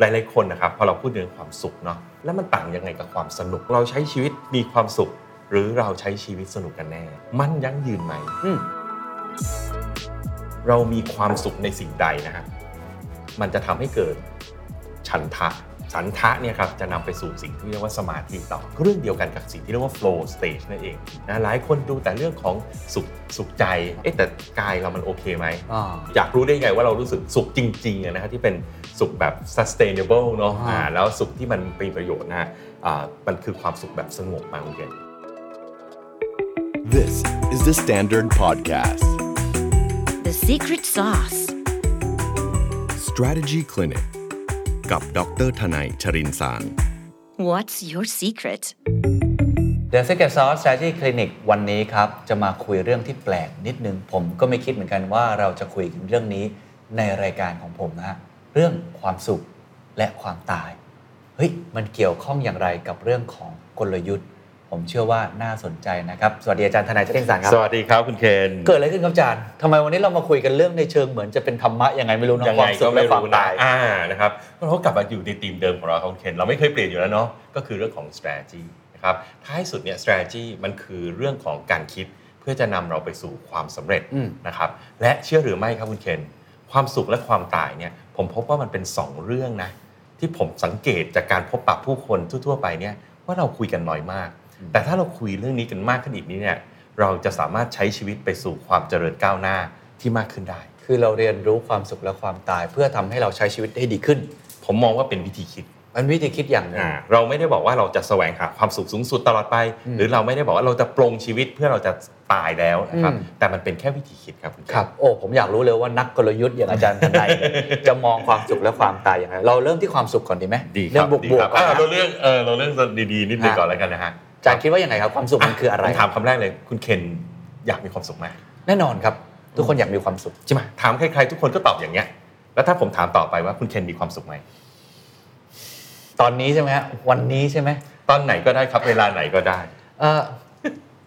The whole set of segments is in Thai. หลายๆคนนะครับพอเราพูดถึงความสุขเนาะแล้วมันต่างยังไงกับความสนุก เราใช้ชีวิตมีความสุข หรือเราใช้ชีวิตสนุกกันแน่ มันยั่งยืนไหม อืม เรามีความสุขในสิ่งใดนะครับ มันจะทำให้เกิดฉันทะ ฉันทะเนี่ยครับจะนำไปสู่สิ่งที่เรียกว่าสมาธิต่อเรื่องเดียวกันกับสิ่งที่เรียกว่า flow state นั่นเองนะหลายคนดูแต่เรื่องของสุขสุขใจ เอ๊ะแต่กายเรามันโอเคไหม อ่า อยากรู้ได้ไงว่าเรารู้สึกสุขจริงๆอะนะฮะที่เป็นสุขแบบ sustainable เนาะ อ่า อ่าแล้วสุขที่มันมีประโยชน์นะฮะอ่ามันคือความสุขแบบสงบมาคุณเกณ This is the Standard Podcast, The secret sauce. Strategy Clinic กับดรทนายชรินสาร What's your secret? The Secret Sauce Strategy Clinic วันนี้ครับ จะมาคุยเรื่องที่แปลกนิดนึง ผมก็ไม่คิดเหมือนกันว่าเราจะคุยกันเรื่องนี้ในรายการของผมนะฮะเรื่องความสุขและความตาย เฮ้ย มันเกี่ยวข้องอย่างไรกับเรื่องของกลยุทธ์ ผมเชื่อว่าน่าสนใจนะครับ สวัสดีอาจารย์ทนายเจริญสารครั สวัสดีครับคุณเคน เกิดอะไรขึ้นครับอาจารย์ทำไมวันนี้เรามาคุยกันเรื่องในเชิงเหมือนจะเป็นธรรมะยังไงไม่รู้เนอะ ยัง ค ไง วามสุ ก็ ข ไม่ และความ รู้นะ ตาย อ่านะครับเราก็กลับมาอยู่ในธีมเดิมของเราครับคุณเคนเราไม่เคยเปลี่ยนอยู่แล้วเนาะก็คือเรื่องของ strategy นะครับท้ายสุดเนี่ย strategy มันคือเรื่องของการคิดเพื่อจะนำเราไปสู่ความสำเร็จ อืม นะครับและเชื่อหรือไม่ครับคุณเคนความสุขและความตายเนี่ยผมพบว่ามันเป็นสองเรื่องนะที่ผมสังเกตจากการพบปะผู้คนทั่วๆไปเนี่ยว่าเราคุยกันน้อยมาก แต่ถ้าเราคุยเรื่องนี้กันมากขึ้นอีกนี้เนี่ยเราจะสามารถใช้ชีวิตไปสู่ความเจริญก้าวหน้าที่มากขึ้นได้ คือเราเรียนรู้ความสุขและความตาย เพื่อทำให้เราใช้ชีวิตได้ดีขึ้น ผมมองว่าเป็นวิธีคิด มันวิธีคิดอย่างหนึ่ง อ่าเราไม่ได้บอกว่าเราจะแสวงหาความสุขสูงสุดตลอดไป อืม หรือเราไม่ได้บอกว่าเราจะปรงชีวิตเพื่อเราจะตายแล้วนะครับ อืม แต่มันเป็นแค่วิธีคิดครับคุณเจ ครับโอ้ผมอยากรู้เลยว่านักกลยุทธ์อย่างอาจารย์ท นายเนี่ย จะมองความสุขและความตายอย่างไรเราเริ่มที่ความสุขก่อนดีไหม ดีค เรื่ รั อบ งบวก ดี บควก รับ ก่อน อ่า นะ เราเรื่องเออเราเรื่องดีๆนิดนึง ฮะ ก่อนแล้วกันนะฮะ อาจารย์คิดว่ายังไงครับความสุขมันคืออะไร ผมถามคำแรกเลยคุณเคนอยากมีความสุขไหม แน่นอนครับ ทุกคนอยากมีความสุข ใช่ไหมถามใครๆทุกคนก็ตอบอย่างเงี้ยแล้วถ้าผมถามต่อไปว่าคุณเคนมีความสุขไหม ตอนนี้ใช่ไหมฮะวันนี้ใช่ไหม ตอนไหนก็ได้ครับเวลาไหนก็ได้ เอ่อ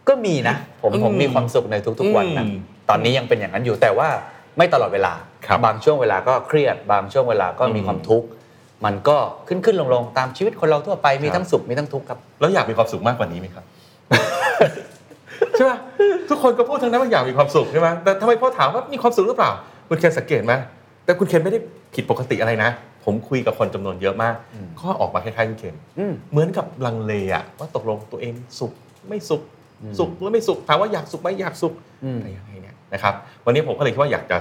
ก็มีนะ ผม อืม ผมมีความสุขในทุกๆวันนะ อืม ตอนนี้ยังเป็นอย่างนั้นอยู่แต่ว่าไม่ตลอดเวลา ครับ งช่วงเวลาก็เครียด บางช่วงเวลาก็มี อืม ความทุกข์มันก็ขึ้นขึ้นลงลงๆตามชีวิตคนเราทั่วไปมี ครับ ทั้งสุขมีทั้งทุกข์ครับ แล้วอยากมีความสุขมากกว่านี้ไหมครับ ใช่ไหมทุกคนก็พูดทั้งนั้นว่าอยากมีความสุขใช่ไหมแต่ทำไมพ่อถามว่ามีความสุขหรือเปล่า คุณเคนสังเกตไหมแต่คุณเคนไม่ได้ผิดปกติอะไรนะ ผมคุยกับคนจำนวนเยอะมากข้อออกมาคล้ายๆคุณเคน อืม เหมือนกับลังเลอะว่าตกลงตัวเองสุขไม่สุข อืม สุขหรือไม่สุขถามว่าอยากสุขไหมอยากสุข อืม แต่ยังไงเนี่ยนะครับ วันนี้ผมก็เลยคิดว่าอยากจะ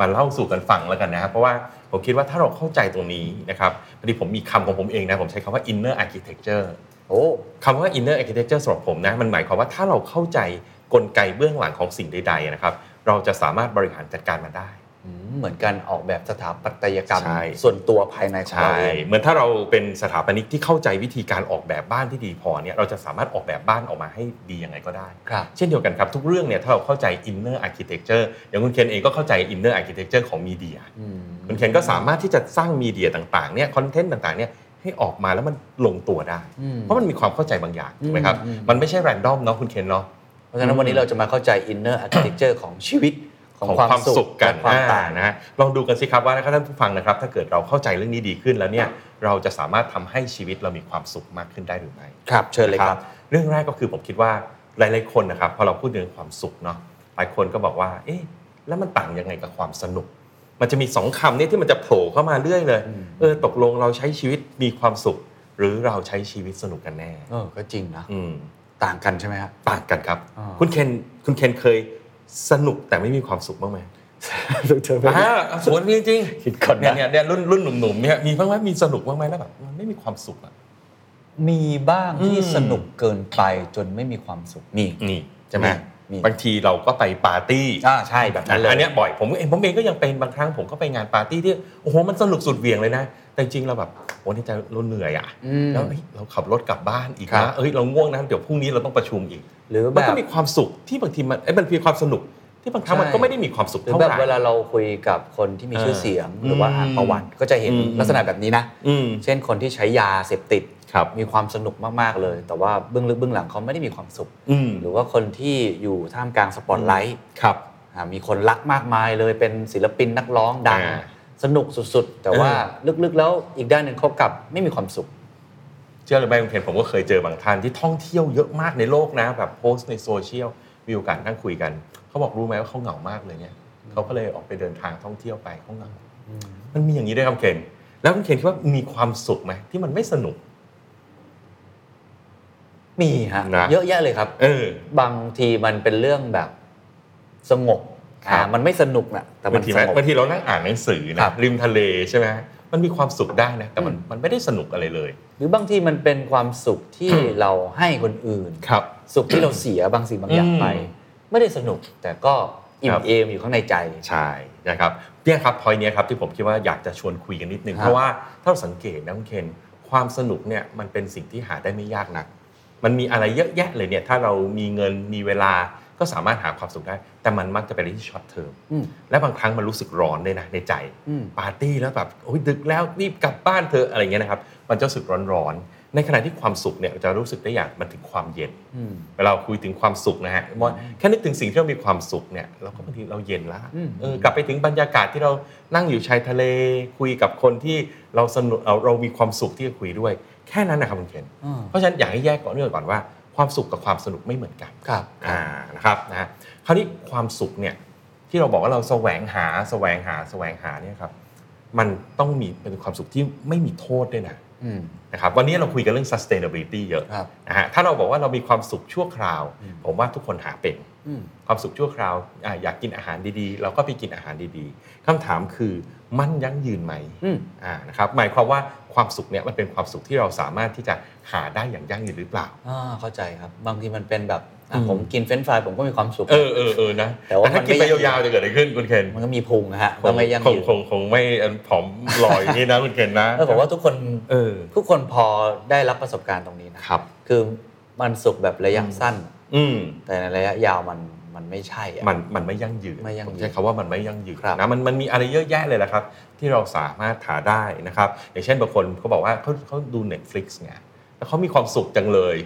มาเล่าสู่กันฟังแล้วกันนะครับเพราะว่าผมคิดว่าถ้าเราเข้าใจตรงนี้นะครับพอดีผมมีคำของผมเองนะผมใช้คำว่า inner architecture โอ้ คำว่า inner architecture สำหรับผมนะมันหมายความว่าถ้าเราเข้าใจกลไกเบื้องหลังของสิ่งใดๆนะครับ เราจะสามารถบริหารจัดการมันได้ อืมเหมือนการออกแบบสถาปัตยกรรม ใช่ ส่วนตัวภายในของเรา ใช่ เอง เหมือนถ้าเราเป็นสถาปนิกที่เข้าใจวิธีการออกแบบบ้านที่ดีพอเนี่ยเราจะสามารถออกแบบบ้านออกมาให้ดียังไงก็ได้ ครับ เช่นเดียวกันครับ ทุกเรื่องเนี่ยถ้าเราเข้าใจ inner architecture อย่างคุณเคนเองก็เข้าใจ inner architecture ของมีเดียคุณเคนก็สามารถที่จะสร้างมีเดียต่างๆเนี่ยคอนเทนต์ต่างๆเนี่ยให้ออกมาแล้วมันลงตัวได้ อืม เพราะมันมีความเข้าใจบางอย่างถูกไหมครับ อืมอืม มันไม่ใช่แรนดอมเนาะคุณเคนเนาะ เพราะฉะนั้นวันนี้เราจะมาเข้าใจ inner architecture ของชีวิตของ ของ ความ ความ สุ สุ ข ขกัน และความต่าง อ่นะฮะลองดูกันสิครับว่าถ้าท่านผู้ฟังนะครับ ถ้าเกิดเราเข้าใจเรื่องนี้ดีขึ้นแล้วเนี่ยเราจะสามารถทำให้ชีวิตเรามีความสุขมากขึ้นได้หรือไม่ ครับเชิญเลยครับ นะเรื่องแรกก็คือผมคิดว่าหลาย ๆ คนนะครับพอเราพูดถึงความสุขเนาะหลายคนก็บอกว่า เอ๊ะแล้วมันต่างยังไงกับความสนุก มันจะมีสองคำเนี่ยที่มันจะโผล่เข้ามาเรื่อยเลย อืม เออตกลงเราใช้ชีวิตมีความสุข หรือเราใช้ชีวิตสนุกกันแน่ เออก็จริงนะ อืม ต่างกันใช่ไหมฮะ ต่างกันครับ อ่า คุณเคนคุณเคนเคยสนุกแต่ไม่มีความสุขบ้างไหม เชิญไป อ่าสวนจริงๆ คิดก่อนนะ เนี่ยเนี่ยรุ่นรุ่นหนุ่มๆเนี่ยมีบ้างไหมมีสนุกบ้างไหมแล้วแบบมันไม่มีความสุขอ่ะ มีบ้างที่ อืม สนุกเกินไปจนไม่มีความสุขมี นี่ใช่ไหม มี บางทีเราก็ไปปาร์ตี้ อ่าใช่แบบนั้นเลย อันเนี้ยบ่อยผมเองผมเองก็ยังเป็นบางครั้งผมก็ไปงานปาร์ตี้ที่โอ้โหมันสนุกสุดเหวี่ยงเลยนะ แต่จริงๆเราแบบโอ้ในใจเราเหนื่อยอ่ะ อืม แล้วเอ้ยเราขับรถกลับบ้านอีก ครั นะ บ เอ้ยเราง่วงนะเดี๋ยวพรุ่งนี้เราต้องประชุมอีก หรือ มั แบ น บ ก็มีความสุขที่บางทีมันเอ้ยมันมีความสนุกที่บางครั้งมัน ใช่ ก็ไม่ได้มีความสุข หรือ เท่า แบ ไห บ ร่ เวลาเราคุยกับคนที่มี เออ ชื่อเสียงหรือว่าอ่านประวัติก็จะเห็น อืม ลักษณะแบบนี้นะ อืม เช่นคนที่ใช้ยาเสพติด ครับ มีความสนุกมากๆเลย แต่ว่าเบื้องลึกเบื้องหลังเขาไม่ได้มีความสุข อืม หรือว่าคนที่อยู่ท่ามกลางสปอตไลท์ ครับ อ่ามีคนรักมากมายเลยเป็นศิลปินนักร้องดัง อ่า สนุกสุดๆ แต่ว่าลึกๆแล้วอีกด้านหนึ่งเขากลับไม่มีความสุข เชื่อหรือไม่คุณเคนผมก็เคยเจอบางท่านที่ท่องเที่ยวเยอะมากในโลกนะ แบบโพสต์ในโซเชียลมีโอกาสนั่งคุยกัน เขาบอกรู้ไหมว่าเขาเหงามากเลยเนี่ยเขาก็เลยออกไปเดินทางท่องเที่ยวไปเขาเหงามันมีอย่างนี้ด้วยครับเคนแล้วคุณเคนคิดว่ามีความสุขไหมที่มันไม่สนุก มีฮะ นะ เยอะแยะเลยครับ เออ บางทีมันเป็นเรื่องแบบสงบ ครับ อ่ามันไม่สนุกนะแต่มั บาน งที ส แม้ งบ บางทีเรานั่งอ่านหนังสือ ครั นะ บ ริมทะเลใช่ไหมมันมีความสุขได้นะแต่มันมันไม่ได้สนุกอะไรเลย หรือบางทีมันเป็นความสุขที่ เราให้คนอื่น ครับ สุขที่เราเสียบางสิ่งบางอย่างไป อืม ไม่ได้สนุกแต่ก็อิ่ ครั ม บ เอมอยู่ข้างในใจ ใช่นะครับเนี่ยครับพอยเนี้ยครับที่ผมคิดว่าอยากจะชวนคุยกันนิดนึง ครับ เพราะว่าถ้าเราสังเกตนะคุณเคนความสนุกเนี่ยมันเป็นสิ่งที่หาได้ไม่ยากนัก มันมีอะไรเยอะแยะเลยเนี่ยถ้าเรามีเงินมีเวลาก็สามารถหาความสุขได้ แต่มันมักจะเป็นอะไรที่ช็อตเทอม อืม และบางครั้งมันรู้สึกร้อนเลยนะในใจ อืม ปาร์ตี้แล้วแบบโอ้ยดึกแล้วรีบกลับบ้านเธอะอะไรเงี้ยนะครับ มันจะรู้สึกร้อนๆ ในขณะที่ความสุขเนี่ยจะรู้สึกได้อย่างมันถึงความเย็น อืม เวลาคุยถึงความสุขนะฮะมอนแค่นึกถึงสิ่งที่เรามีความสุขเนี่ยเราก็บางทีเราเย็นละ อืม เออกลับไปถึงบรรยากาศที่เรานั่งอยู่ชายทะเล คุยกับคนที่เราสนุกเอาเรามีความสุขที่จะคุยด้วย แค่นั้นนะครับคุณเคน อ่า เพราะฉะนั้นอยากให้แยกก่อนเรื่องก่อนว่าความสุขกับความสนุกไม่เหมือนกัน ครับ อ่านะครับนะฮะคราวนี้ความสุขเนี่ยที่เราบอกว่าเราแสวงหาแสวงหาแสวงหาเนี่ยครับมันต้องมีเป็นความสุขที่ไม่มีโทษด้วยนะ อืม นะครับวันนี้เราคุยกันเรื่อง sustainability เยอะ ครับ นะฮะถ้าเราบอกว่าเรามีความสุขชั่วคราว ผมว่าทุกคนหาเป็น อืม ความสุขชั่วคราวอ่าอยากกินอาหารดีๆ เราก็ไปกินอาหารดีๆคำถามคือมันยั่งยืนไหม อืม อ่านะครับหมายความว่าความสุขเนี่ยมันเป็นความสุขที่เราสามารถที่จะหาได้อย่างยั่งยืนหรือเปล่า อ่าเข้าใจครับ บางทีมันเป็นแบบอ่ะ อืม ผมกินเฟรนช์ฟรายผมก็มีความสุข เออเออเออนะ แต่ว่า ถ้ากิน มัน ไป ไม่ ยาวๆจะเกิดอะไรขึ้นคุณเคน มันก็มีพุงนะฮะก็ไม่ยั่ง ค ยืน คงคงไม่ผอมลอยอย่างนี้นะ คุณเคนนะ เออผมว่าทุกคน เออ ทุกคนพอได้รับประสบการณ์ตรงนี้นะครับ คือมันสุขแบบระยะสั้น อืม แต่ในระยะยาวมันมันไม่ใช่อะ มันมันไม่ยั่งยืน ไม่ยั่งยืน ผใช้คำว่ามันไม่ยั่งยืน ครับ นะมันมันมีอะไรเยอะแยะเลยละครับ ที่เราสามารถหาได้นะครับ อย่างเช่นบางคนเขาบอกว่าเขาเขาดู Netflix ไงแล้วเขามีความสุขจังเลย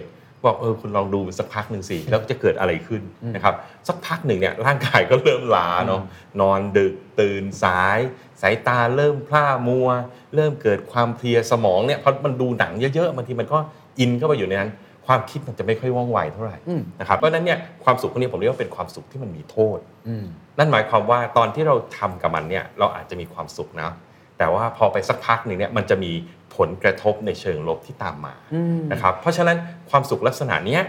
บอกเออคุณลองดูสักพักหนึ่งสิ แล้วจะเกิดอะไรขึ้นนะครับสักพักหนึ่งเนี่ยร่างกายก็เริ่มล้าเนาะนอนดึกตื่นสาย สายตาเริ่มพร่ามัว เริ่มเกิดความเพลียสมองเนี่ยเพราะมันดูหนังเยอะๆบางทีมันก็อินเข้าไปอยู่ในนั้น ความคิดมันจะไม่ค่อยว่องไวเท่าไหร่ อืม นะครับเพราะฉะนั้นเนี่ยความสุขพวกนี้ผมเรียกว่าเป็นความสุขที่มันมีโทษ อืม นั่นหมายความว่าตอนที่เราทำกับมันเนี่ยเราอาจจะมีความสุขนะ แต่ว่าพอไปสักพักหนึ่งเนี่ยมันจะมีผลกระทบในเชิงลบที่ตามมา อืม นะครับเพราะฉะนั้นความสุขลักษณะเนี้ย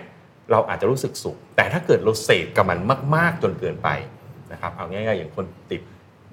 เราอาจจะรู้สึกสุข แต่ถ้าเกิดเราเสพกับมันมาก ๆ จนเกินไปนะครับเอาง่ายๆอย่างคนติด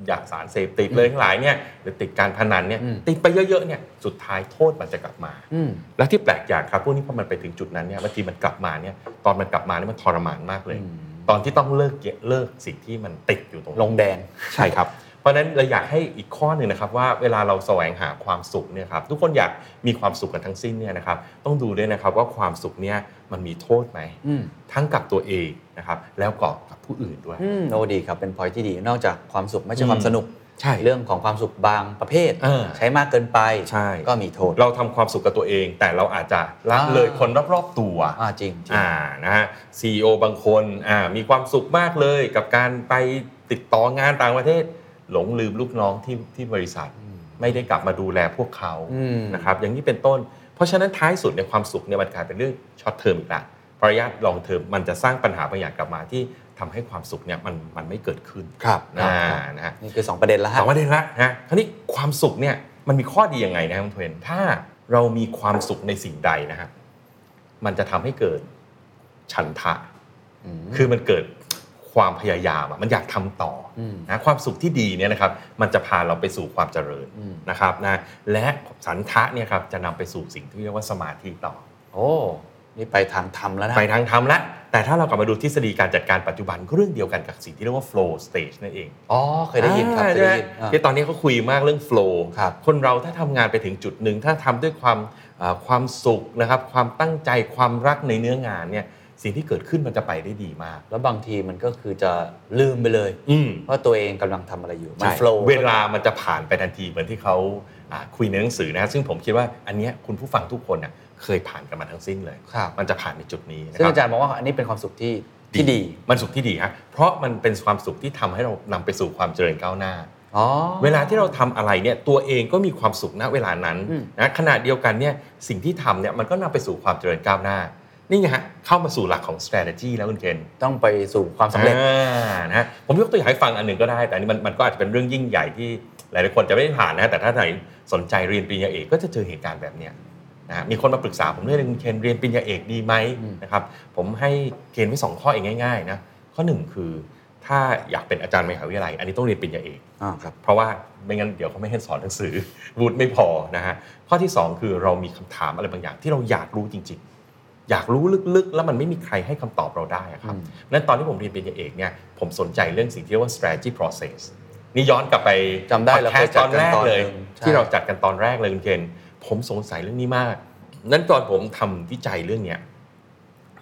ยาสารเสพติดเลยทั้งหลายเนี่ยหรือติดการพนันเนี่ยติดไปเยอะๆเนี่ยสุดท้ายโทษมันจะกลับมา อืม และที่แปลกอย่างครับพวกนี้พอมันไปถึงจุดนั้นเนี่ยบางทีมันกลับมาเนี่ยตอนมันกลับมาเนี่ยมันทรมานมากเลย อืม ตอนที่ต้องเลิกเยเลิกสิ่งที่มันติดอยู่ตรงนั้น ลงแดง ใช่ครับ เพราะฉะนั้นเราอยากให้อีกข้อหนึ่งนะครับว่าเวลาเราแสวงหาความสุขเนี่ยครับทุกคนอยากมีความสุขกันทั้งสิ้นเนี่ยนะครับต้องดูด้วยนะครับว่าความสุขเนี่ยมันมีโทษไหม อืม ทั้งกับตัวเองนะครับแล้วก็กับผู้อื่นด้วย อืมโอ้ดีครับ เป็นพอยที่ดี นอกจากความสุขไม่ใช่ความสนุก ใช่ เรื่องของความสุขบางประเภท เออ ใช้มากเกินไป ใช่ ก็มีโทษ เราทำความสุขกับตัวเอง แต่เราอาจจะละ อ่า เลยคนรอบๆตัว อ่าจริงจริง อ่านะฮะซีอบางคนอ่ามีความสุขมากเลยกับการไปติดต่องานต่างประเทศ หลงลืมลูกน้องที่ที่บริษัท ไม่ได้กลับมาดูแลพวกเขา อืม นะครับอย่างนี้เป็นต้น เพราะฉะนั้นท้ายสุดในยความสุขเนี่ยมันกลายเป็นเรื่องช็อตเทอมอีกละเพราะระยะลองเทอมมันจะสร้างปัญหาบางอย่างกลับมาที่ทำให้ความสุขเนี่ยมันมันไม่เกิดขึ้น ครับ อ่า ครับ นะฮะ นี่คือ 2 ประเด็นแล้วฮะ สองประเด็นละนะคราวนี้ความสุขเนี่ยมันมีข้อดียังไงนะครับคุณเทรนถ้าเรามีความสุขในสิ่งใดนะครับมันจะทำให้เกิดฉันทะ คือมันเกิดความพยายามอะมันอยากทำต่ออ ม นะความสุขที่ดีเนี่ยนะครับ มันจะพาเราไปสู่ความเจริญ อืม นะครับนะและสันทะเนี่ยครับจะนำไปสู่สิ่งที่เรียกว่าสมาธิต่อ โอ้ นี่ไปทางธรรมแล้วนะ ไปทางธรรมแล้วแต่ถ้าเรากลับมาดูทฤษฎีการจัดการปัจจุบันก็เรื่องเดียวกันกับสิ่งที่เรียกว่า flow stage นั่นเอง อ๋อ เคยได้ยินครับ อ่า เคยได้ยิน ใช่ไหม อ่า ที่ตอนนี้เขาคุยมากเรื่องโฟล์ ครับ คนเราถ้าทำงานไปถึงจุดหนึ่ง ถ้าทำด้วยความเอ่อความสุขนะครับ ความตั้งใจความรักในเนื้องานเนี่ยสิ่งที่เกิดขึ้นมันจะไปได้ดีมาก แล้วบางทีมันก็คือจะลืมไปเลย อืม ว่าตัวเองกำลังทำอะไรอยู่ มัน ใช่ โฟล์ เวลามันจะผ่านไปทันทีเหมือนที่เขาอ่าคุยในหนังสือนะซึ่งผมคิดว่าอันเนี้ยคุณผู้ฟังทุกคนน่ะเคยผ่านกันมาทั้งสิ้นเลย ครับ มันจะผ่านในจุดนี้นะ ซึ่ง ครั อา บ จารย์มองว่าอันนี้เป็นความสุขที่ที่ดี มันสุขที่ดีฮะเพราะมันเป็นความสุขที่ทำให้เรานำไปสู่ความเจริญก้าวหน้า อ๋อ เวลาที่เราทำอะไรเนี่ยตัวเองก็มีความสุขณเวลานั้น อืม นะขณะเดียวกันเนี่ยสิ่งที่ทำเนี่ยมันก็นำไปสู่ความเจริญก้าวหน้า นี่ไงฮะเข้ามาสู่หลักของ strategy แล้วคุณเจน ต้องไปสู่ความสำเร็จ อ่านะฮะผมยกตัวอย่างให้ฟังอันหนึ่งก็ได้ แต่อันนี้มันมันก็อาจจะเป็นเรื่องยิ่งใหญ่ที่หลายๆคนจะไม่ได้ผ่านนะแต่ถ้าไหนสนใจเรียนปริญญาเอกก็จะเจอเหตุการณ์แบบเนี้ยนะฮะมีคนมาปรึกษาผมเรื่องหนึงคุณเคนเรียนปริญญาเอกดีไหม อืม นะครับผมให้เกณฑ์ไว้สองข้อเองง่ายๆนะข้อหนึ่งคือถ้าอยากเป็นอาจารย์มหาวิทยาลัย อันนี้ต้องเรียนปริญญาเอก อ่าครับ เพราะว่าไม่งั้นเดี๋ยวเขาไม่ให้สอนหนังสือ วุฒิไม่พอนะฮะข้อที่ 2 คือเรามีคำถามอะไรบางอย่างที่เราอยากรู้จริง ๆ อยากรู้ลึกๆ แล้วมันไม่มีใครให้คำตอบเราได้อะครับ อืม นั้นตอนที่ผมเรียนปริญญาเอกเนี่ยผมสนใจเรื่องสิ่งที่เรียกว่า strategy process นี่ย้อนกลับไป จำได้เราเคยจั ต ด อน กัน แรก ตอนหเลนึ่งย ใช่ ที่เราจัดกันตอนแรกเลยคุณเคนผมสงสัยเรื่องนี้มาก นั้นตอนผมทำวิจัยเรื่องเนี้ย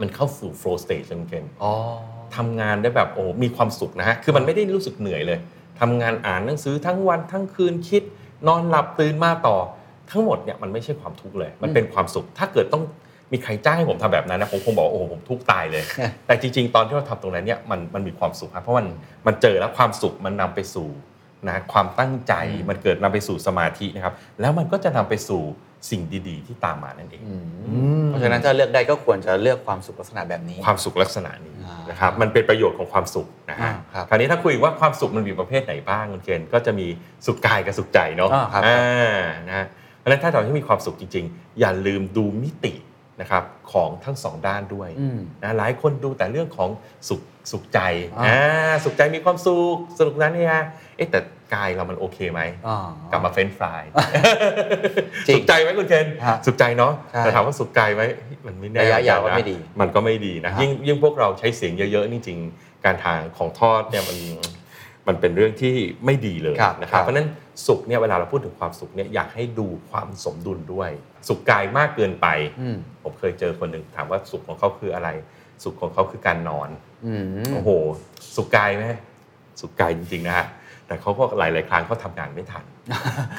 มันเข้าสู่ flow stage เลยคุณเคน อ๋อ ทำงานได้แบบโอ้มีความสุขนะฮะ คือมันไม่ได้รู้สึกเหนื่อยเลยทำงานอ่านหนังสือทั้งวันทั้งคืนคิด นอนหลับตื่นมาต่อ ทั้งหมดเนี่ยมันไม่ใช่ความทุกข์เลย มันเป็นความสุข ถ้าเกิดต้องมีใครจ้างให้ผมทำแบบนั้นนะผมคงบอกว่าโอ้โหผมทุกข์ตายเลย แต่จริง ๆ ตอนที่เราทำตรงนั้นเนี่ยมันมันมีความสุขครับเพราะมันมันเจอแล้วความสุขมันนำไปสู่นะความตั้งใจ อืม มันเกิดนำไปสู่สมาธินะครับแล้วมันก็จะนำไปสู่สิ่งดีๆ ที่ตามมานั่นเอง อืมเพราะฉะนั้นถ้าเลือกได้ก็ควรจะเลือกความสุขลักษณะแบบนี้ ความสุขลักษณะนี้ อ่าน นะครับมันเป็นประโยชน์ของความสุขนะฮะอ่าครับ คราวนี้ถ้าคุยว่าความสุขมันมีประเภทไหนบ้างคุณเคนก็จะมีสุขกายกับสุขใจเนาะ อ่าครับ อ่านะฮะเพราะฉะนั้นถ้าเราที่มีความสุขจริง ๆ อย่าลืมดูมิตินะครับของทั้งสองด้านด้วย อืม นะหลายคนดูแต่เรื่องของสุขสุขใจ อ่า อ่าสุขใจมีความสุขสนุกนั้นเนี่ยเอ๊ะแต่กายเรามันโอเคไหม อ๋อ กลับมาเฟ้นฟราย จริง สุขใจไหมคุณเคน ฮะ สุขใจเนาะ ใช่ แต่ถามว่าสุขกายไหมมันไม่แน่ ระยะยาว เหมือนกัน ก็ นะ ไม่ดี มันก็ไม่ดีนะ ฮะ ยิ่ง ยิ่งพวกเราใช้เสียงเยอะๆนี่จริงการทางของทอดเนี่ยมันมันเป็นเรื่องที่ไม่ดีเลย ครับ นะค ครั รับบ เพราะฉะนั้นสุขเนี่ยเวลาเราพูดถึงความสุขเนี่ยอยากให้ดูความสมดุลด้วย สุขกายมากเกินไป อืม ผมเคยเจอคนหนึ่งถามว่าสุขของเขาคืออะไร สุขของเขาคือการนอน อืม โอ้โห สุขกายไหมสุขกายจริงๆนะฮะแต่เขาก็หลายๆครั้งเขาทำงานไม่ ทัน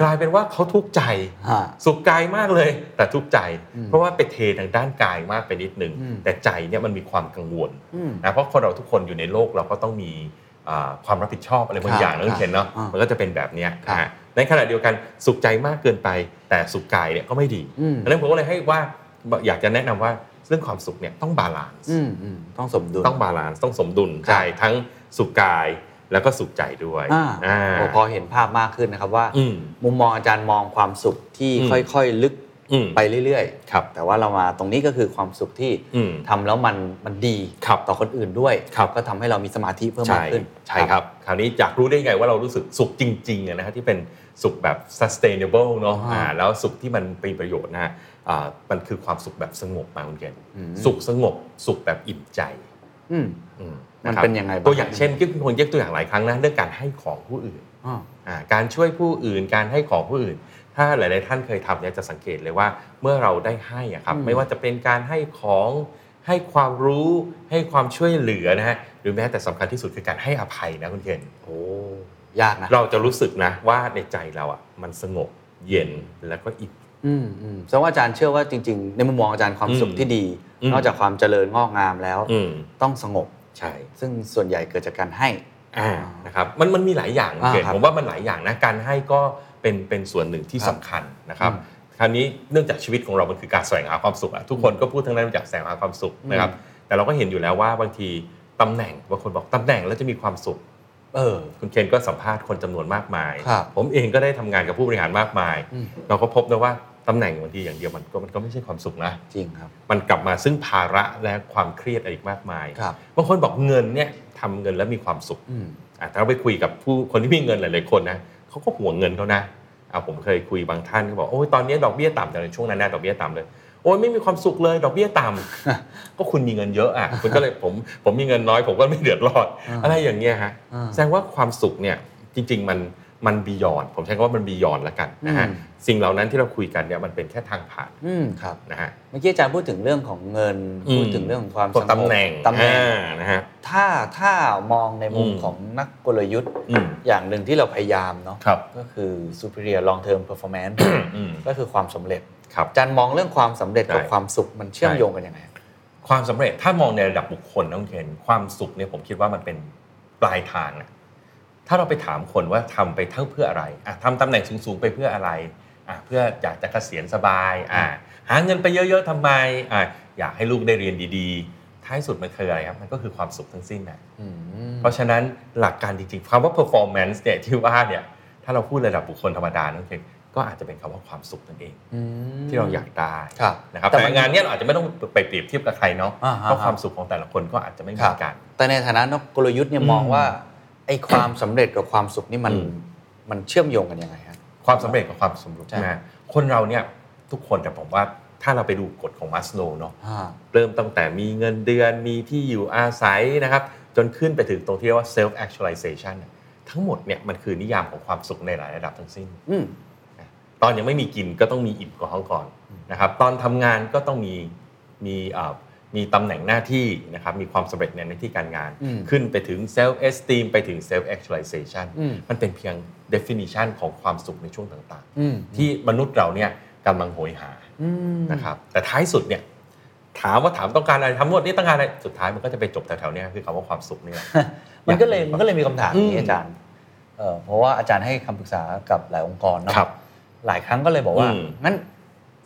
กลายเป็นว่าเขาทุกข์ใจ ฮะ สุขกายมากเลยแต่ทุกข์ใจ อืม เพราะว่าไปเททางด้านกายมากไปนิดนึง อืม แต่ใจเนี่ยมันมีความกังวล อืม นะเพราะคนเราทุกคนอยู่ในโลกเราก็ต้องมีอ่าความรับผิดชอบอะไรบาง ครับ อย่างนะคุณเห็นเนาะ อ่ามั มันก็จะเป็นแบบเนี้ย ครับ นะฮะในขณะเดียวกันสุขใจมากเกินไป แต่สุขกายเนี่ยก็ไม่ดี อืม อันนั้นผมก็เลยให้ว่าอยากจะแนะนำว่าเรื่องความสุขเนี่ยต้องบาลานซ์ อืมอืมต้องสมดุล ต้องบาลานซ์ต้องสมดุล ครับ ใช่ทั้งสุขกายแล้วก็สุขใจด้วย อ่า อ่า โอ้พอเห็นภาพมากขึ้นนะครับว่า อืม มุมมองอาจารย์มองความสุขที่ อืม ค่อยๆ ลึก อืม ไปเรื่อย ครับ แต่ว่าเรามาตรงนี้ก็คือความสุขที่ อืม ทำแล้วมันมันดี ครับ ต่อคนอื่นด้วย ครับ ก็ทำให้เรามีสมาธิเพิ่ม ใช่ มากขึ้น ใช่ครับ คราวนี้อยากรู้ได้ไงว่าเรารู้สึกสุขจริงๆอะนะฮะที่เป็นสุขแบบ sustainable เนาะ อ่า อ่าแล้วสุขที่มันเป็นประโยชน์นะฮะอ่ามันคือความสุขแบบสงบมาคุณเกณฑ์ อืม สุขสงบสุขแบบอิ่มใจ อืม อืม มันะครับ เป็นยังไงบ้าง ตัวอย่างเช่นก็คือคนยกตัวอย่างหลายครั้งนะเรื่องการให้ของผู้อื่น อ่า อ่าการช่วยผู้อื่นการให้ของผู้อื่น ถ้าหลาย ๆ ท่านเคยทำเนี่ยจะสังเกตเลยว่าเมื่อเราได้ให้อะครับ อืม ไม่ว่าจะเป็นการให้ของให้ความรู้ให้ความช่วยเหลือนะฮะหรือแม้แต่สำคัญที่สุดคือการให้อภัยนะคุณเกณฑ์ โอ้ยากนะ เราจะรู้สึกนะว่าในใจเราอ่ะมันสงบเย็นแล้วก็อิ่ม อืมอืมแสดงว่าอาจารย์เชื่อว่าจริง ๆ ในมุมมองอาจารย์ความสุข อืม ที่ดี อืม นอกจากความเจริญงอกงามแล้ว อืม ต้องสงบ ใช่ ซึ่งส่วนใหญ่เกิดจากการให้ อ่านะครับมันมันมีหลายอย่าง อ่า เกิด ครับ ผมว่ามันหลายอย่างนะการให้ก็เป็นเป็นส่วนหนึ่งที่ ครั สำ บ คัญนะครับ อืม คราวนี้เนื่องจากชีวิตของเรามันคือการแสวงหาความสุขอะทุกคนก็พูดทั้งนั้นจากแสวงหาความสุขนะครับ แต่เราก็เห็นอยู่แล้วว่าบางทีตำแหน่งบางคนบอกตำแหน่งแล้วจะมีความสุข เออ คุณเคนก็สัมภาษณ์คนจำนวนมากมาย ครับ ผมเองก็ได้ทำงานกับผู้บริหารมากมาย อืม เราก็พบนะว่าตำแหน่งบางทีอย่างเดียวมันก็มันก็ไม่ใช่ความสุขนะ จริงครับ มันกลับมาซึ่งภาระและความเครียดอะไรอีกมากมาย ครับ บางคนบอกเงินเนี่ยทำเงินแล้วมีความสุข อืม อ่ะแต่เราไปคุยกับผู้คนที่มีเงินหลายๆคนนะเขาก็ห่วงเงินเขานะอ่ะผมเคยคุยบางท่านก็บอกโอ้ยตอนนี้ดอกเบี้ยต่ำแต่ในช่วงนั้นนะดอกเบี้ยต่ำเลยโอ้ยไม่มีความสุขเลยดอกเบี้ยต่ำ ก็คุณมีเงินเยอะ อ่ะคุณก็เลยผมผมมีเงินน้อย ผมก็ไม่เดือดร้อน อ่า อะไรอย่างเงี้ยฮะ อ่า แสดงว่าความสุขเนี่ยจริง ๆ มันมันบียอนผมใช้คำว่ามันบียอนละกันนะฮะ อืม สิ่งเหล่านั้นที่เราคุยกันเนี่ยมันเป็นแค่ทางผ่าน อืมครับ นะฮะ เมื่อกี้อาจารย์พูดถึงเรื่องของเงิน อืม พูดถึงเรื่องของความ พวก สงบ ตำแหน่ง ตำแหน่ง อ่านะฮะ ถ้าถ้ามองในมุม อืม ของนักกลยุทธ์ อืม อย่างหนึ่งที่เราพยายามเนาะ ครับ ก็คือ superior long term performance อืม ก็คือความสำเร็จ ครับ อาจารย์มองเรื่องความสำเร็จกับ ใช่ ความสุขมันเชื่อม ใช่ โยงกันยังไง ความสำเร็จถ้ามองในระดับบุคคลน้องเคนความสุขเนี่ยผมคิดว่ามันเป็นปลายทางอะ ถ้าเราไปถามคนว่าทำไปเท่าเพื่ออะไรอ่ะทำตำแหน่งสูงๆไปเพื่ออะไรอ่ะเพื่ออยากจะเกษียณสบายอ่ะหาเงินไปเยอะๆทำไมอ่ะอยากให้ลูกได้เรียนดีๆ ท้ายสุดมันคืออะไรครับ มันก็คือความสุขทั้งสิ้นนะ อืม เพราะฉะนั้นหลักการจริงๆคำว่า performance เนี่ยที่ว่าเนี่ยถ้าเราพูดระดับบุคคลธรรมดานั่นเองก็อาจจะเป็นคำว่าความสุขนั่นเอง ที่เราอยากได้ ครับ นะครับ แต่ แต่ มัน งานเนี้ยเราอาจจะไม่ต้องไปเปรียบเทียบกับใครเนาะ อ่าฮะ เพราะความสุขของแต่ละคนก็อาจจะไม่เหมือนกัน แต่ในฐานะนักกลยุทธ์เนี่ยมอง อืม ว่าไอ้ความสำเร็จกับความสุขนี่มัน อืม มันเชื่อมโยงกันยังไงฮะ ความสำเร็จกับความสมรุป ใช่ งานคนเราเนี่ยทุกคนแต่ผมว่าถ้าเราไปดูกฎของมัสโลว์เนาะ อ่า เริ่มตั้งแต่มีเงินเดือนมีที่อยู่อาศัยนะครับ จนขึ้นไปถึงตรงที่เรียกว่า self actualization เนี่ยทั้งหมดเนี่ยมันคือนิยามของความสุขในหลายระดับทั้งสิ้น อืม ตอนยังไม่มีกินก็ต้องมีอิ่มกับห้องก่อนนะครับตอนทำงานก็ต้องมีมีเอ่อมีตำแหน่งหน้าที่นะครับมีความสำเร็จในหน้าที่การงาน อืม ขึ้นไปถึง self esteem ไปถึง self actualization อืม มันเป็นเพียง definition ของความสุขในช่วงต่าง อืม ๆ ที่มนุษย์เราเนี่ยกำลังโหยหา อืม นะครับแต่ท้ายสุดเนี่ยถามว่าถามต้องการอะไรทั้งหมดนี่ต้องการอะไร สุดท้ายมันก็จะไปจบแถวๆเนี้คือคำว่าความสุขนี่แหละ มันก็เลยมันก็เลยมีคำถาม อื นี้ ม อาจารย์เอ่อเพราะว่าอาจารย์ให้คำปรึกษากับหลายองค์กรเนาะ ครับ หลายครั้งก็เลยบอกว่า อืม งั้น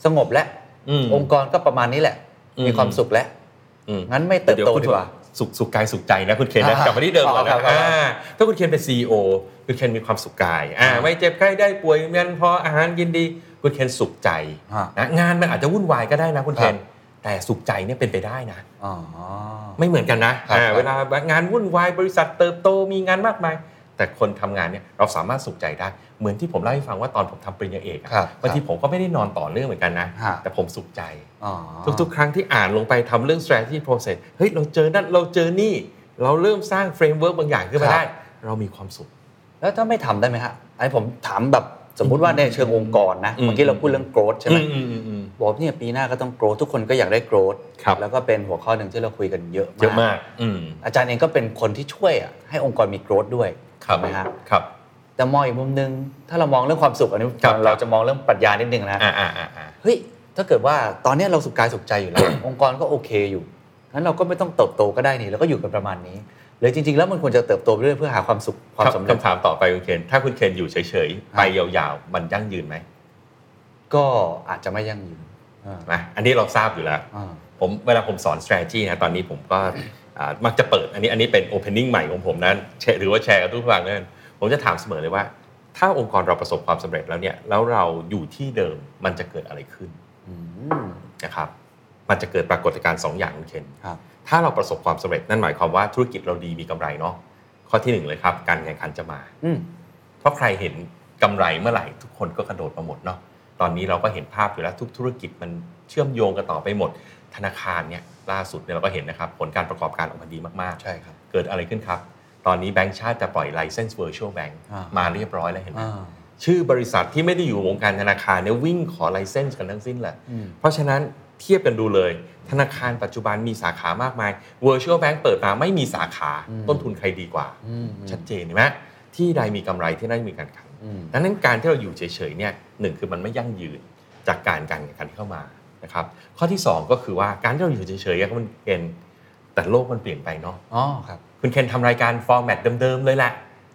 สงบแล้ว อืม องค์กรก็ประมาณนี้แหละ อืม มีความสุขแล้ว อืม งั้นไม่เติบโต คุณ ดีกว่า สุขสุขกายสุขใจนะคุณเคนนะ อ่าก ลับมาที่เดิมก่อน ครั นะ บครับ อ่าถ้าคุณเคนเป็น CEO คุณเคนมีความสุขกายอ่า อ่า ไม่เจ็บไข้ได้ป่วยเงินพออาหารกินดีคุณเคนสุขใจ ฮะ นะงานมันอาจจะวุ่นวายก็ได้นะคุณเคน ครับ แต่สุขใจเนี่ยเป็นไปได้นะ อ๋อ ไม่เหมือนกันนะครับ อ่า ครับ เวลางานวุ่นวายบริษัทเติบโตมีงานมากมาย แต่คนทำงานเนี่ยเราสามารถสุขใจได้ เหมือนที่ผมเล่าให้ฟังว่าตอนผมทำปริญญาเอกอะ ครับ บางทีผมก็ไม่ได้นอนต่อเนื่องเหมือนกันนะ ฮะ แต่ผมสุขใจ อ๋อ ทุกๆ ครั้งที่อ่านลงไปทำเรื่อง strategy process เฮ้ย เราเจอนั่นเราเจอนี่ เราเริ่มสร้าง framework บางอย่างขึ้นมา ครับ ได้ เรามีความสุข แล้วถ้าไม่ทำได้ไหมฮะอันนี้ผมถามแบบสมมุติว่าในเชิงองค์กรนะ อืม เมื่อกี้เราพูดเรื่อง growth ใช่ไหม อืมอืมอืม บอกเนี่ยปีหน้าก็ต้อง growth ทุกคนก็อยากได้ growth ครับ แล้วก็เป็นหัวข้อหนึ่งที่เราคุยกันเยอะมาก เยอะมากอืม อาจารย์เองก็เป็นคนที่ช่วยอะให้องค์กรมี growth ด้วย ครับ ถูกไหมฮะ ครับ แต่มองอีกมุมหนึ่งถ้าเรามองเรื่องความสุขอันนี้ ครับ เราจะมองเรื่องปรัชญานิดนึงนะ อ่าอ่าอ่าอ่า เฮ้ยถ้าเกิดว่าตอนเนี้ยเราสุขกายสุขใจอยู่แล้ว องค์กรก็โอเคอยู่งั้นเราก็ไม่ต้องเติบโตก็ได้นี่แล้วก็อยู่กันประมาณนี้หรือจริง ๆ แล้วมันควรจะเติบโตไปเรื่อยเพื่อหาความสุขความสำเร็จ คำถามต่อไปคุณเคนถ้าคุณเคนอยู่เฉย ครั ๆ บ ไปยาวๆ มันยั่งยืนไหม ก็อาจจะไม่ยั่งยืนอ่า นะอันนี้เราทราบอยู่แล้ว อ่า ผมเวลาผมสอน strategy นะตอนนี้ผมก็ อ่ามักจะเปิด อันนี้อันนี้เป็น opening ใหม่ของผมนะแชร์หรือว่าแชร์กับทุกฝั่งนั่นผมจะถามเสมอเลยว่า ถ้าองค์กรเราประสบความสำเร็จแล้วเนี่ยแล้วเราอยู่ที่เดิมมันจะเกิดอะไรขึ้น อืม นะครับมันจะเกิดปรากฏการณ์สองอย่างคุณเคน ครับ ถ้าเราประสบความสำเร็จนั่นหมายความว่าธุรกิจเราดีมีกำไรเนาะข้อที่หนึ่งเลยครับการแข่งขันจะมา อืม เพราะใครเห็นกำไรเมื่อไหร่ทุกคนก็กระโดดมาหมดเนาะ ตอนนี้เราก็เห็นภาพอยู่แล้วทุกธุรกิจมันเชื่อมโยงกันต่อไปหมด ธนาคารเนี่ยล่าสุดเนี่ยเราก็เห็นนะครับ ผลการประกอบการออกมาดีมาก ใช่ครับ ๆ เกิดอะไรขึ้นครับ ตอนนี้แบงก์ชาติจะปล่อย license virtual bank อ่าม มาเรียบร้อยแล้วเห็นไหม อ่า ชื่อบริษัทที่ไม่ได้อยู่วงการธนาคารเนี่ยวิ่งขอ license กันทั้งสิ้นแหละ อืม เพราะฉะนั้นเทียบกันดูเลย ธนาคารปัจจุบันมีสาขามากมาย virtual bank เปิดมาไม่มีสาขา อืม ต้นทุนใครดีกว่า อืม ชัดเจนเห็นไหมที่ใดมีกำไรที่นั่นมีการแข่งขัน อืม ดังนั้นการที่เราอยู่เฉยๆเนี่ยหนึ่งคือมันไม่ยั่งยืนจากการการแข่งขันที่เข้ามานะครับข้อที่ 2 ก็คือว่าการที่เราอยู่เฉยๆอะคุณเคนแต่โลกมันเปลี่ยนไปเนาะ อ๋อครับ คุณเคนทำรายการฟอร์แมตเดิมๆเลยแหละ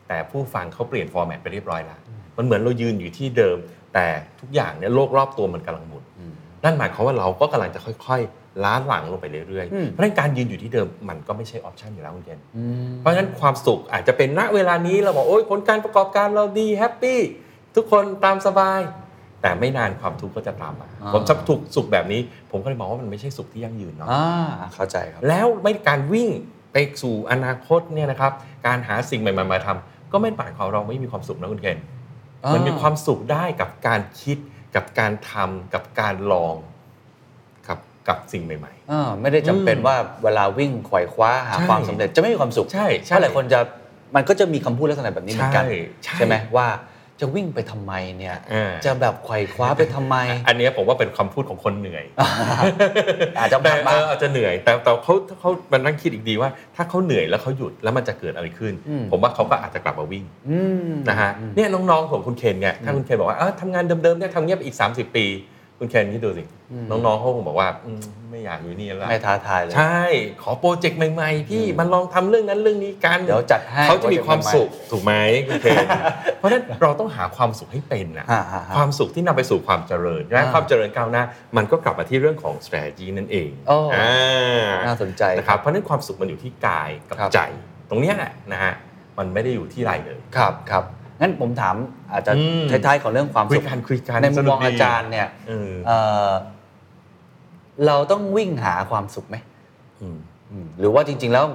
แต่ผู้ฟังเขาเปลี่ยนฟอร์แมตไปเรียบร้อยแล้วมันเหมือนเรายืนอยู่ที่เดิม แต่ทุกอย่างเนี่ยโลกรอบตัวมันกำลังหมุน อืม นั่นหมายความว่าเราก็กำลังจะค่อยๆ ล้าหลังลงไปเรื่อย อืม ๆเพราะฉะนั้นการยืนอยู่ที่เดิมมันก็ไม่ใช่ออปชันอยู่แล้วคุณเคน อืม เพราะฉะนั้นความสุขอาจจะเป็นณเวลานี้เราบอกโอ้ยผลการประกอบการเราดีแฮปปี้ทุกคนตามสบาย แต่ไม่นานความทุกข์ก็จะตามมา อ่า ผมสับถูกสุขแบบนี้ ผมก็เลยมองว่ามันไม่ใช่สุขที่ยั่งยืนเนาะ อ่าเข้าใจครับ แล้วไม่การวิ่งไปสู่อนาคตเนี่ยนะครับการหาสิ่งใหม่ๆมาทำก็ไม่หมายความเราไม่มีความสุขนะคุณเคน อ่ามั มันมีความสุขได้กับการคิดกับการทำกับการลองกับกับสิ่งใหม่ อ่าไม่ได้จำเป็น อืม ว่าเวลาวิ่งไขว่คว้าหา ใช่ ความสำเร็จจะไม่มีความสุข ๆ ใช่ เพ ใช่ ราะหลายคนจะมันก็จะมีคำพูดลักษณะแบบนี้เหมือนกัน ใช่ใช่ ใช่ไหมว่าจะวิ่งไปทำไมเนี่ย เออ จะแบบไขว่คว้าไปทำไม อันเนี้ยผมว่าเป็นคำพูดของคนเหนื่อย อาจจะ แต่ ผ่าเอนมา ออาจจะเหนื่อย แต่แต่เขาเขามันนั่งคิดอีกดีว่า ถ้าเขาเหนื่อยแล้วเขาหยุดแล้วมันจะเกิดอะไรขึ้น อืม ผมว่าเขาก็อาจจะกลับมาวิ่ง อืม นะฮะ อืม เนี่ยน้องๆของคุณเคนเนี่ยถ้า อืม คุณเคนบอกว่าเอ้าทำงานเดิมๆเนี่ยทำเงียบไปอีก 30 ปี คุณแคนคิดดูสิ อืม น้องๆเขาคงบอกว่าอืมไม่อยากอยู่นี่แล้ว ไม่ท้าทายเลย ใช่ ขอโปรเจกต์ใหม่ๆ พี่ อืม มันลองทำเรื่องนั้นเรื่องนี้กัน เดี๋ยวจัดให้ เขาจะมีความสุขถูกไหมคุณเคนเพราะฉะนั้นเราต้องหาความสุขให้เป็นนะ อ่าๆๆ ความสุขที่นำไปสู่ความเจริญและ อ่า ความเจริญก้าวหน้า มันก็กลับมาที่เรื่องของ strategy นั่นเอง โอ้ อ่า น่าสนใจ นะครับเพราะฉะนั้นความสุขมันอยู่ที่กายกับ ครับ ใจ ตรงเนี้ยแหละนะฮะมันไม่ได้อยู่ที่ไรเลย ครับครับงั้นผมถามอาจจะ อืม ท้ายๆของเรื่องความ คุย สุข กันคุยกัน ในมุมมอง สนุกดี อาจารย์เนี่ย เออ เอ่อเราต้องวิ่งหาความสุขไหม อืม อืมหรือว่าจริง ๆแล้ว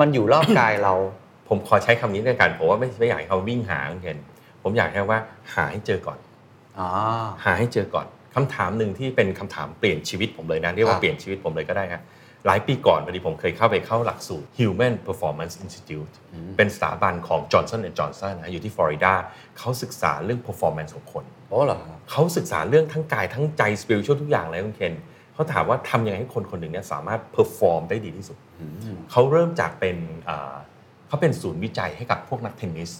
มันอยู่รอบกายเรา ผมขอใช้คำนี้ในการผมว่าไม่ไม่อยากให้เขาวิ่งหาคุณเคนผมอยากให้ว่าหาให้เจอก่อน อ๋อ หาให้เจอก่อนคำถามหนึ่งที่เป็นคำถามเปลี่ยนชีวิตผมเลยนะเรียก ค ว่า รับ เปลี่ยนชีวิตผมเลยก็ได้ครับหลายปีก่อนพอดีผมเคยเข้าไปเข้าหลักสูตร Human Performance Institute อืม เป็นสถาบันของ Johnson Johnson นะอยู่ที่ฟลอริดาเขาศึกษาเรื่อง performance ของคน โอ้เหรอครับ เขาศึกษาเรื่องทั้งกายทั้งใจ spiritual ทุกอย่างเลยคุณเคนเขาถามว่าทำยังไงให้คนคนหนึ่งเนี่ยสามารถ perform ได้ดีที่สุด อืม เขาเริ่มจากเป็นเอ่อเขาเป็นศูนย์วิจัยให้กับพวกนักเทนนิส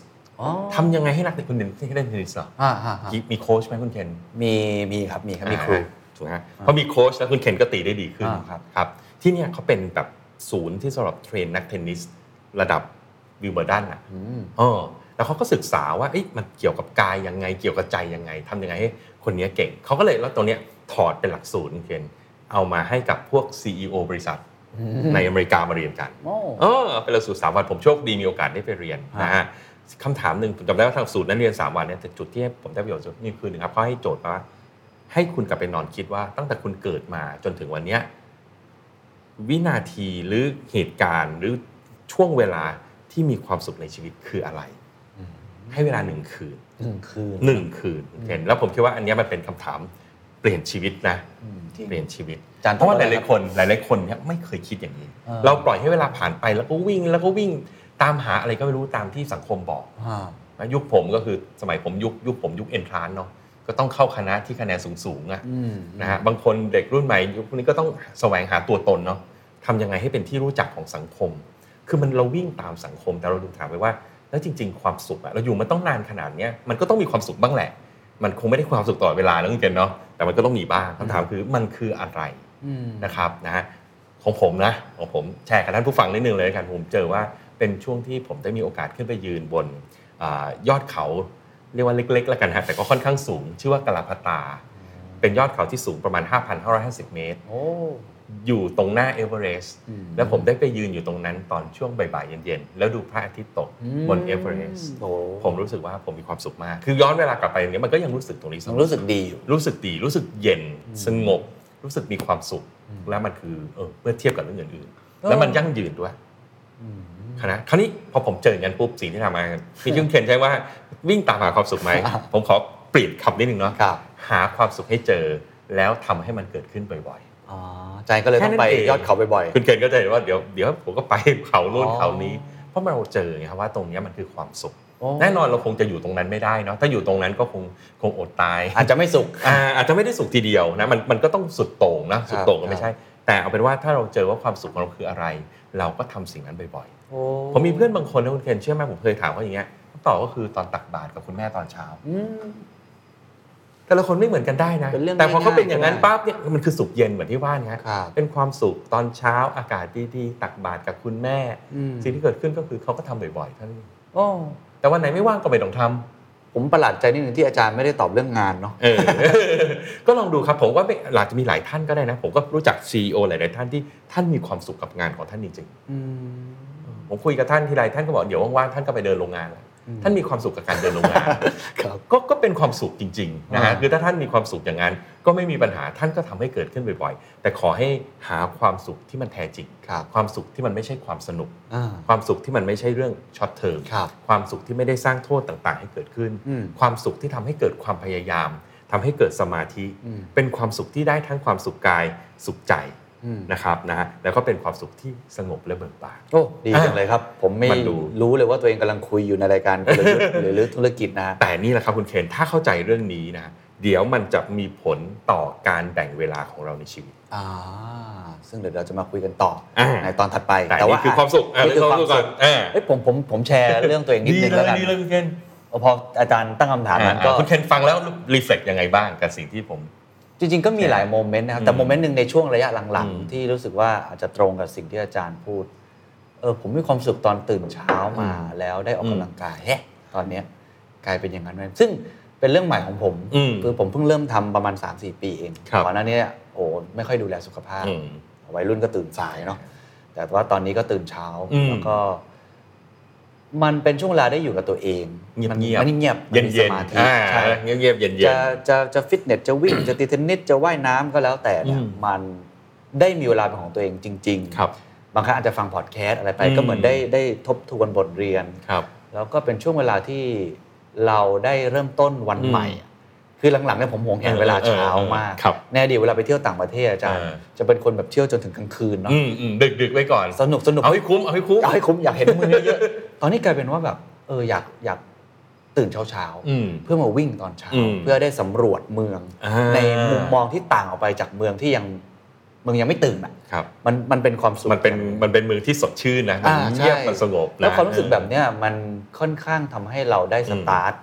อ๋อ ทำยังไงให้นักเทนนิสให้เล่นเทนนิสเหรอ อ่าฮะฮะ มีโค้ชไหมคุณเคน มีมีครับมีครับมีครู อ่าถูกไหมฮะเพราะมีโค้ชแล้วคุณเคนก็ตีได้ดีขึ้น อ่าครับ ครับที่เนี่ยเขาเป็นแบบศูนย์ที่สำหรับเทรนนักเทนนิสระดับวิวเบอร์ดันอะ อืม เออแล้วเขาก็ศึกษาว่าเอ๊ะมันเกี่ยวกับกายยังไงเกี่ยวกับใจยังไงทำยังไงให้คนเนี้ยเก่ง เขาก็เลยแล้วตัวเนี้ยถอดเป็นหลักสูตรเคนเอามาให้กับพวก CEO บริษัท อืม ในอเมริกามาเรียนกัน โอ้ เออเป็นหลักสูตรสามวันผมโชคดีมีโอกาสได้ไปเรียนนะฮะคำถามหนึ่งผมจำได้ว่าทางสูตรนั้นเรียน 3 วันเนี่ยแต่จุดที่ผมได้ประโยชน์สุดนี่คือหนึ่งครับเขาให้โจทย์มาว่าให้คุณกลับไปนอนคิดว่าตั้งแต่คุณเกิดมาจนถึงวันเนี้ยวินาทีหรือเหตุการณ์หรือช่วงเวลาที่มีความสุขในชีวิตคืออะไร ให้เวลาหนึ่งคืน หนึ่งคืน หนึ่งคืนเห็นแล้วผมคิดว่าอันเนี้ยมันเป็นคำถามเปลี่ยนชีวิตนะ อืมจริง เปลี่ยนชีวิต อาจารย์ เพราะว่า พู ห ดอะไร ลายๆคนหลายๆคนเนี่ยไม่เคยคิดอย่างนี้ อ่า เราปล่อยให้เวลาผ่านไปแล้วก็วิ่งแล้วก็วิ่งตามหาอะไรก็ไม่รู้ตามที่สังคมบอก อ่า นะยุคผมก็คือสมัยผมยุคยุคผมยุคเอนทรานเนาะก็ต้องเข้าคณะที่คะแนนสูงๆอะ อืม นะฮะบางคนเด็กรุ่นใหม่ยุคนี้ก็ต้องแสวงหาตัวตนเนาะทำยังไงให้เป็นที่รู้จักของสังคม คือมันเราวิ่งตามสังคมแต่เราดูถามไปว่า แล้วจริง ๆ ความสุขอะเราอยู่มันต้องนานขนาดเนี้ยมันก็ต้องมีความสุขบ้างแหละ มันคงไม่ได้ความสุขตลอดเวลาแล้วคุณเจนเนาะแต่มันก็ต้องมีบ้างคำถามคือมันคืออะไร อืม นะครับนะฮะของผมนะของผมแชร์กับท่านผู้ฟังนิดนึงเลยละกันผมเจอว่าเป็นช่วงที่ผมได้มีโอกาสขึ้นไปยืนบนอายอดเขาเรียกว่าเล็กๆแล้วกันฮะแต่ก็ค่อนข้างสูง ชื่อว่ากะลาพตา เป็นยอดเขาที่สูงประมาณ 5,550 เมตร โอ้ อยู่ตรงหน้าเอเวอเรสต์ อื แล้วผมได้ไปยืนอยู่ตรงนั้นตอนช่วงบ่ายๆเย็นๆ แล้วดูพระอาทิตย์ตก อืม บนเอเวอเรสต์ โอ้ ผมรู้สึกว่าผมมีความสุขมาก คือย้อนเวลากลับไปอย่างนี้ยมันก็ยังรู้สึกตรงนี้เส ผม มอ รู้สึกดีอยู่ รู้สึกดี รู้สึกเย็น อืม สงบ รู้สึกมีความสุข อืม และมันคือเออเมื่อเทียบกับเรื่องอื่น เอๆอแล้วมันยั่งยืนด้วย อืม คณะคราวนี้พอผมเจออย่างนั้นปุ๊บสิ่งที่ทำมา พี่ยุ่งเคนใช่ว่าวิ่งตามหาความสุขไหม ครับ ผมขอเปลี่ยนคำนิดนึงเนาะ ครับ หาความสุขให้เจอแล้วทำให้มันเกิดขึ้นบ่อย อ๋อใจก็เลยต้องไป แค่นั้นเอง ยอดเขาบ่อย ๆ คุณเคนก็จะเห็นว่าเดี๋ยวเดี๋ยวผมก็ไปเขาโน่น อ๋อ เขานี้ เพราะเราเจอไงครับว่าตรงเนี้ยมันคือความสุข ๆโอ้ แน่นอนเราคงจะอยู่ตรงนั้นไม่ได้เนาะถ้าอยู่ตรงนั้นก็คงคงอดตาย อาจจะไม่สุข อ่าอาจจะไม่ได้สุขทีเดียวนะมันมันก็ต้องสุดโต่งนะสุดโต่งก็ไม่ใช่ แต่เอาเป็นว่าถ้าเราเจอว่าความสุขของเราคืออะไร เราก็ทำสิ่งนั้นบ่อย โอ้ ๆ ผมมีเพื่อนบางคนนะคุณเคนเชื่อไหมผมเคยถามเขาอย่างเงี้ยคำตอบก็คือตอนตักบาตรกับคุณแม่ตอนเช้า อืม แต่ละคนไม่เหมือนกันได้นะ เป็นเรื่อง แต่พอเขา ง่ายๆ เป็นอย่างนั้น ก็ได้ ปั๊บเนี่ยมันคือสุขเย็นเหมือนที่ว่าเนี่ย ครับ เป็นความสุขตอนเช้าอากาศดีๆตักบาตรกับคุณแม่ อืม สิ่งที่เกิดขึ้นก็คือเขาก็ทำบ่อยๆเท่านั้นเอง โอ้ แต่วันไหนไม่ว่างก็ไม่ต้องทำ ผมประหลาดใจนิดนึงที่อาจารย์ไม่ได้ตอบเรื่องงานเนาะ เออ ก็ลองดูครับผมว่าไม่หลาจจะมีหลายท่านก็ได้นะ ผมก็รู้จัก CEO หลาย ๆ ท่านที่ท่านมีความสุขกับงานของท่านจริง อืม ๆผมคุยกับท่านทีไรท่านก็บอกเดี๋ยวว่าง ๆ ท่านก็ไปเดินโรงงานแล้ว อืม ท่านมีความสุขกับการเดินโรงงาน ครับ ก็ก็เป็นความสุขจริง ๆ นะฮะ อ่า คือถ้าท่านมีความสุขอย่างนั้น ก็ไม่มีปัญหาท่านก็ทำให้เกิดขึ้นบ่อย ๆ แต่ขอให้หาความสุขที่มันแท้จริง ครับ ความสุขที่มันไม่ใช่ความสนุก อ่า ความสุขที่มันไม่ใช่เรื่องช็อตเทอม ครับ ความสุขที่ไม่ได้สร้างโทษต่าง ๆ ให้เกิดขึ้น อืม ความสุขที่ทำให้เกิดความพยายามทำให้เกิดสมาธิ อืม เป็นความสุขที่ได้ทั้งความสุขกายสุขใจ อืม นะครับนะฮะแล้วก็เป็นความสุขที่สงบและเบิกบาน โอ้ดีจังเลยครับ ผมไม่ มันดู รู้เลยว่าตัวเองกำลังคุยอยู่ในรายการกลยุทธ์หรือหรือธุรกิจนะฮะ แต่นี่แหละครับคุณเคนถ้าเข้าใจเรื่องนี้นะเดี๋ยวมันจะมีผลต่อการแบ่งเวลาของเราในชีวิต อ่าซึ่งเดี๋ยวเราจะมาคุยกันต่ออา ในตอนถัดไป แต่นี่คือความสุขะ นี่คือความสุข เรื่องวามสุขก่อนอ่า เอ้ยผมผมผมแชร์เรื่องตัวเองนิดนึง เล แล้ว ย กัน ดีเลยคุณเคน พออาจารย์ตั้งคำถามมันก็ อ่าคุณเคนฟังแล้วรีเฟล็กยังไงบ้างกับสิ่งที่ผม จริงๆ ก็มีหลายโมเมนต์นะครับ แต่ อืม โมเมนต์หนึ่งในช่วงระยะหลัง อืม ๆ ที่รู้สึกว่าอาจจะตรงกับสิ่งที่อาจารย์พูด เออผมมีความสุขตอนตื่นเช้ามา อืม แล้วได้ออก อืม กำลังกายแฮะตอนเนี้ยกลายเป็นอย่างนั้นไปซึ่งเป็นเรื่องใหม่ของผม อืม คือผมเพิ่งเริ่มทำประมาณ 3-4 ปีเอง ครับ ก่อนหน้านี้เนี่ยโอ้ไม่ค่อยดูแลสุขภาพ อืม วัยรุ่นก็ตื่นสายเนาะแต่ว่าตอนนี้ก็ตื่นเช้า อืม แล้วก็ มันเป็นช่วงเวลาได้อยู่กับตัวเอง เงียบๆ มันมันเงียบๆ เย็ มัน มี เย็ ส น มาธิ อ่า ใช่ เงียบเงียบๆเย็นเย็น จะจะจะฟิตเนสจะ วิ่ง จะตีเทนนิสจะว่ายน้ำก็แล้วแต่เนี่ย อืม มันได้มีเวลาเป็นของตัวเองจริง ๆ ครับ บางครั้งอาจจะฟังพอดแคสต์อะไรไป อืม ก็เหมือนได้ได้ทบทวนบทเรียน ครับ แล้วก็เป็นช่วงเวลาที่เราได้เริ่มต้นวันใหม่อะคือหลังๆเนี่ยผมหวงแหนเวลาเช้ามาก เออเออครับ แน่ดีเวลาไปเที่ยวต่างประเทศอาจารย์ เออ จะเป็นคนแบบเที่ยวจนถึงกลางคืนเนาะ อืมอืมดึกดึกๆไว้ก่อน สนุกสนุก เอาให้คุ้มเอาให้คุ้ม เอาให้คุ้มอยากเห็นมือเยอะ ๆ ตอนนี้กลายเป็นว่าแบบเอออยากอยากตื่นเช้าเช้าๆ อืม เพื่อมาวิ่งตอนเช้า อืม เพื่อได้สำรวจเมือง อ่า ในมุมมองที่ต่างออกไปจากเมืองที่ยังเมืองยังไม่ตื่นอ่ะ ครับ มันมันเป็นความสุข มันเป็นมันเป็นมือที่สดชื่นนะมัน อ่า เงียบ ใช่ มันสงบนะ แล้วความรู้สึกแบบเนี้ยมันค่อนข้างทำให้เราได้สตาร์ท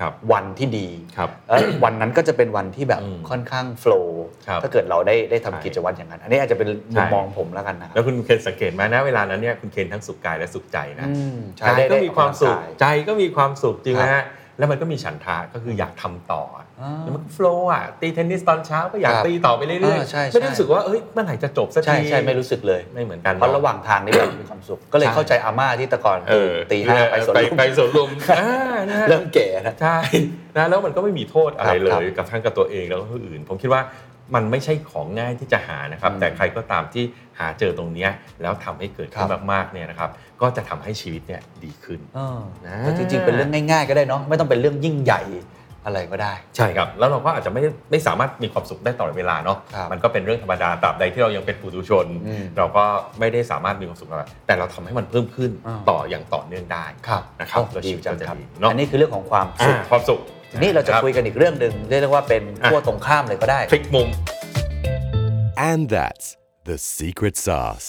ครับ วันที่ดี ครับ แล้ววันนั้นก็จะเป็นวันที่แบบ อืม ค่อนข้างโฟลว์ ครับ ถ้าเกิดเราได้ได้ ใช่ ทำกิจวัตรอย่างนั้น อันนี้อาจจะเป็นมุม ใช่ มองผมแล้วกันนะค แล้ รับ วคุณเคนสังเกตไหมนะเวลานั้นเนี่ยคุณเคนทั้งสุขกายและสุขใจนะ อืมใช่ กาย ได้ ก็ ได้ มีความสุข ออกกำลังกย ใจก็มีความสุขจริง ครับ นะฮะแล้วมันก็มีฉันทาก็คืออยากทำต่ออะ อ่า แล้วมันโฟล์อ่ะตีเทนนิสตอนเช้าก็อยาก ครับ ตีต่อไปเรื่อย อ่า ๆ ใช่ใช่ ไม่ได้รู้สึกว่าเอ้ยเมื่อไหร่จะจบสัก ใช่ ที ใช่ไม่รู้สึกเลย ไม่เหมือนกัน เพราะ นอ ระหว่างทางนี่แบบมีความสุข ก็เลย ใช่ เข้าใจอาม่าที่แตะกอน เออ ตีห้าไปสวนลุม ไปสวน ลุมอ่านะฮะ เริ่มแก่นะ ใช่นะแล้วมันก็ไม่มีโทษอะไรเล ครับ ยกับทั้งกับตัวเองแล้วก็ผู้อื่น ผมคิดว่ามันไม่ใช่ของง่ายที่จะหานะครับ อืม แต่ใครก็ตามที่หาเจอตรงเนี้ยแล้วทำให้เกิดขึ้น ครับ มากๆเนี่ยนะครับ ก็จะทำให้ชีวิตเนี่ยดีขึ้น เออ นะ แต่จริง ๆ เป็นเรื่องง่าย ๆ ก็ได้เนาะไม่ต้องเป็นเรื่องยิ่งใหญ่อะไรก็ได้ ใช่ครับ แล้วเราก็อาจจะไม่ไม่สามารถมีความสุขได้ตลอดเวลาเนาะ ครับ มันก็เป็นเรื่องธรรมดาตราบใดที่เรายังเป็นปุถุชน อืม เราก็ไม่ได้สามารถมีความสุขอะไรแต่เราทำให้มันเพิ่มขึ้น อ่า ต่ออย่างต่อเนื่องได้ ครับ นะครับ โอ้ แล้ว ดี ชีวิต จั ก็ ง จะ ครับ ดีเนาะ อันนี้คือเรื่องของความสุข อ่าความสุข ทีนี้เราจะ รับ คุยกันอีกเรื่องหนึ่งเรียกว่าเป็น อ่ะ ขั้วตรงข้ามเลยก็ได้ พลิกมุม and that's the secret sauce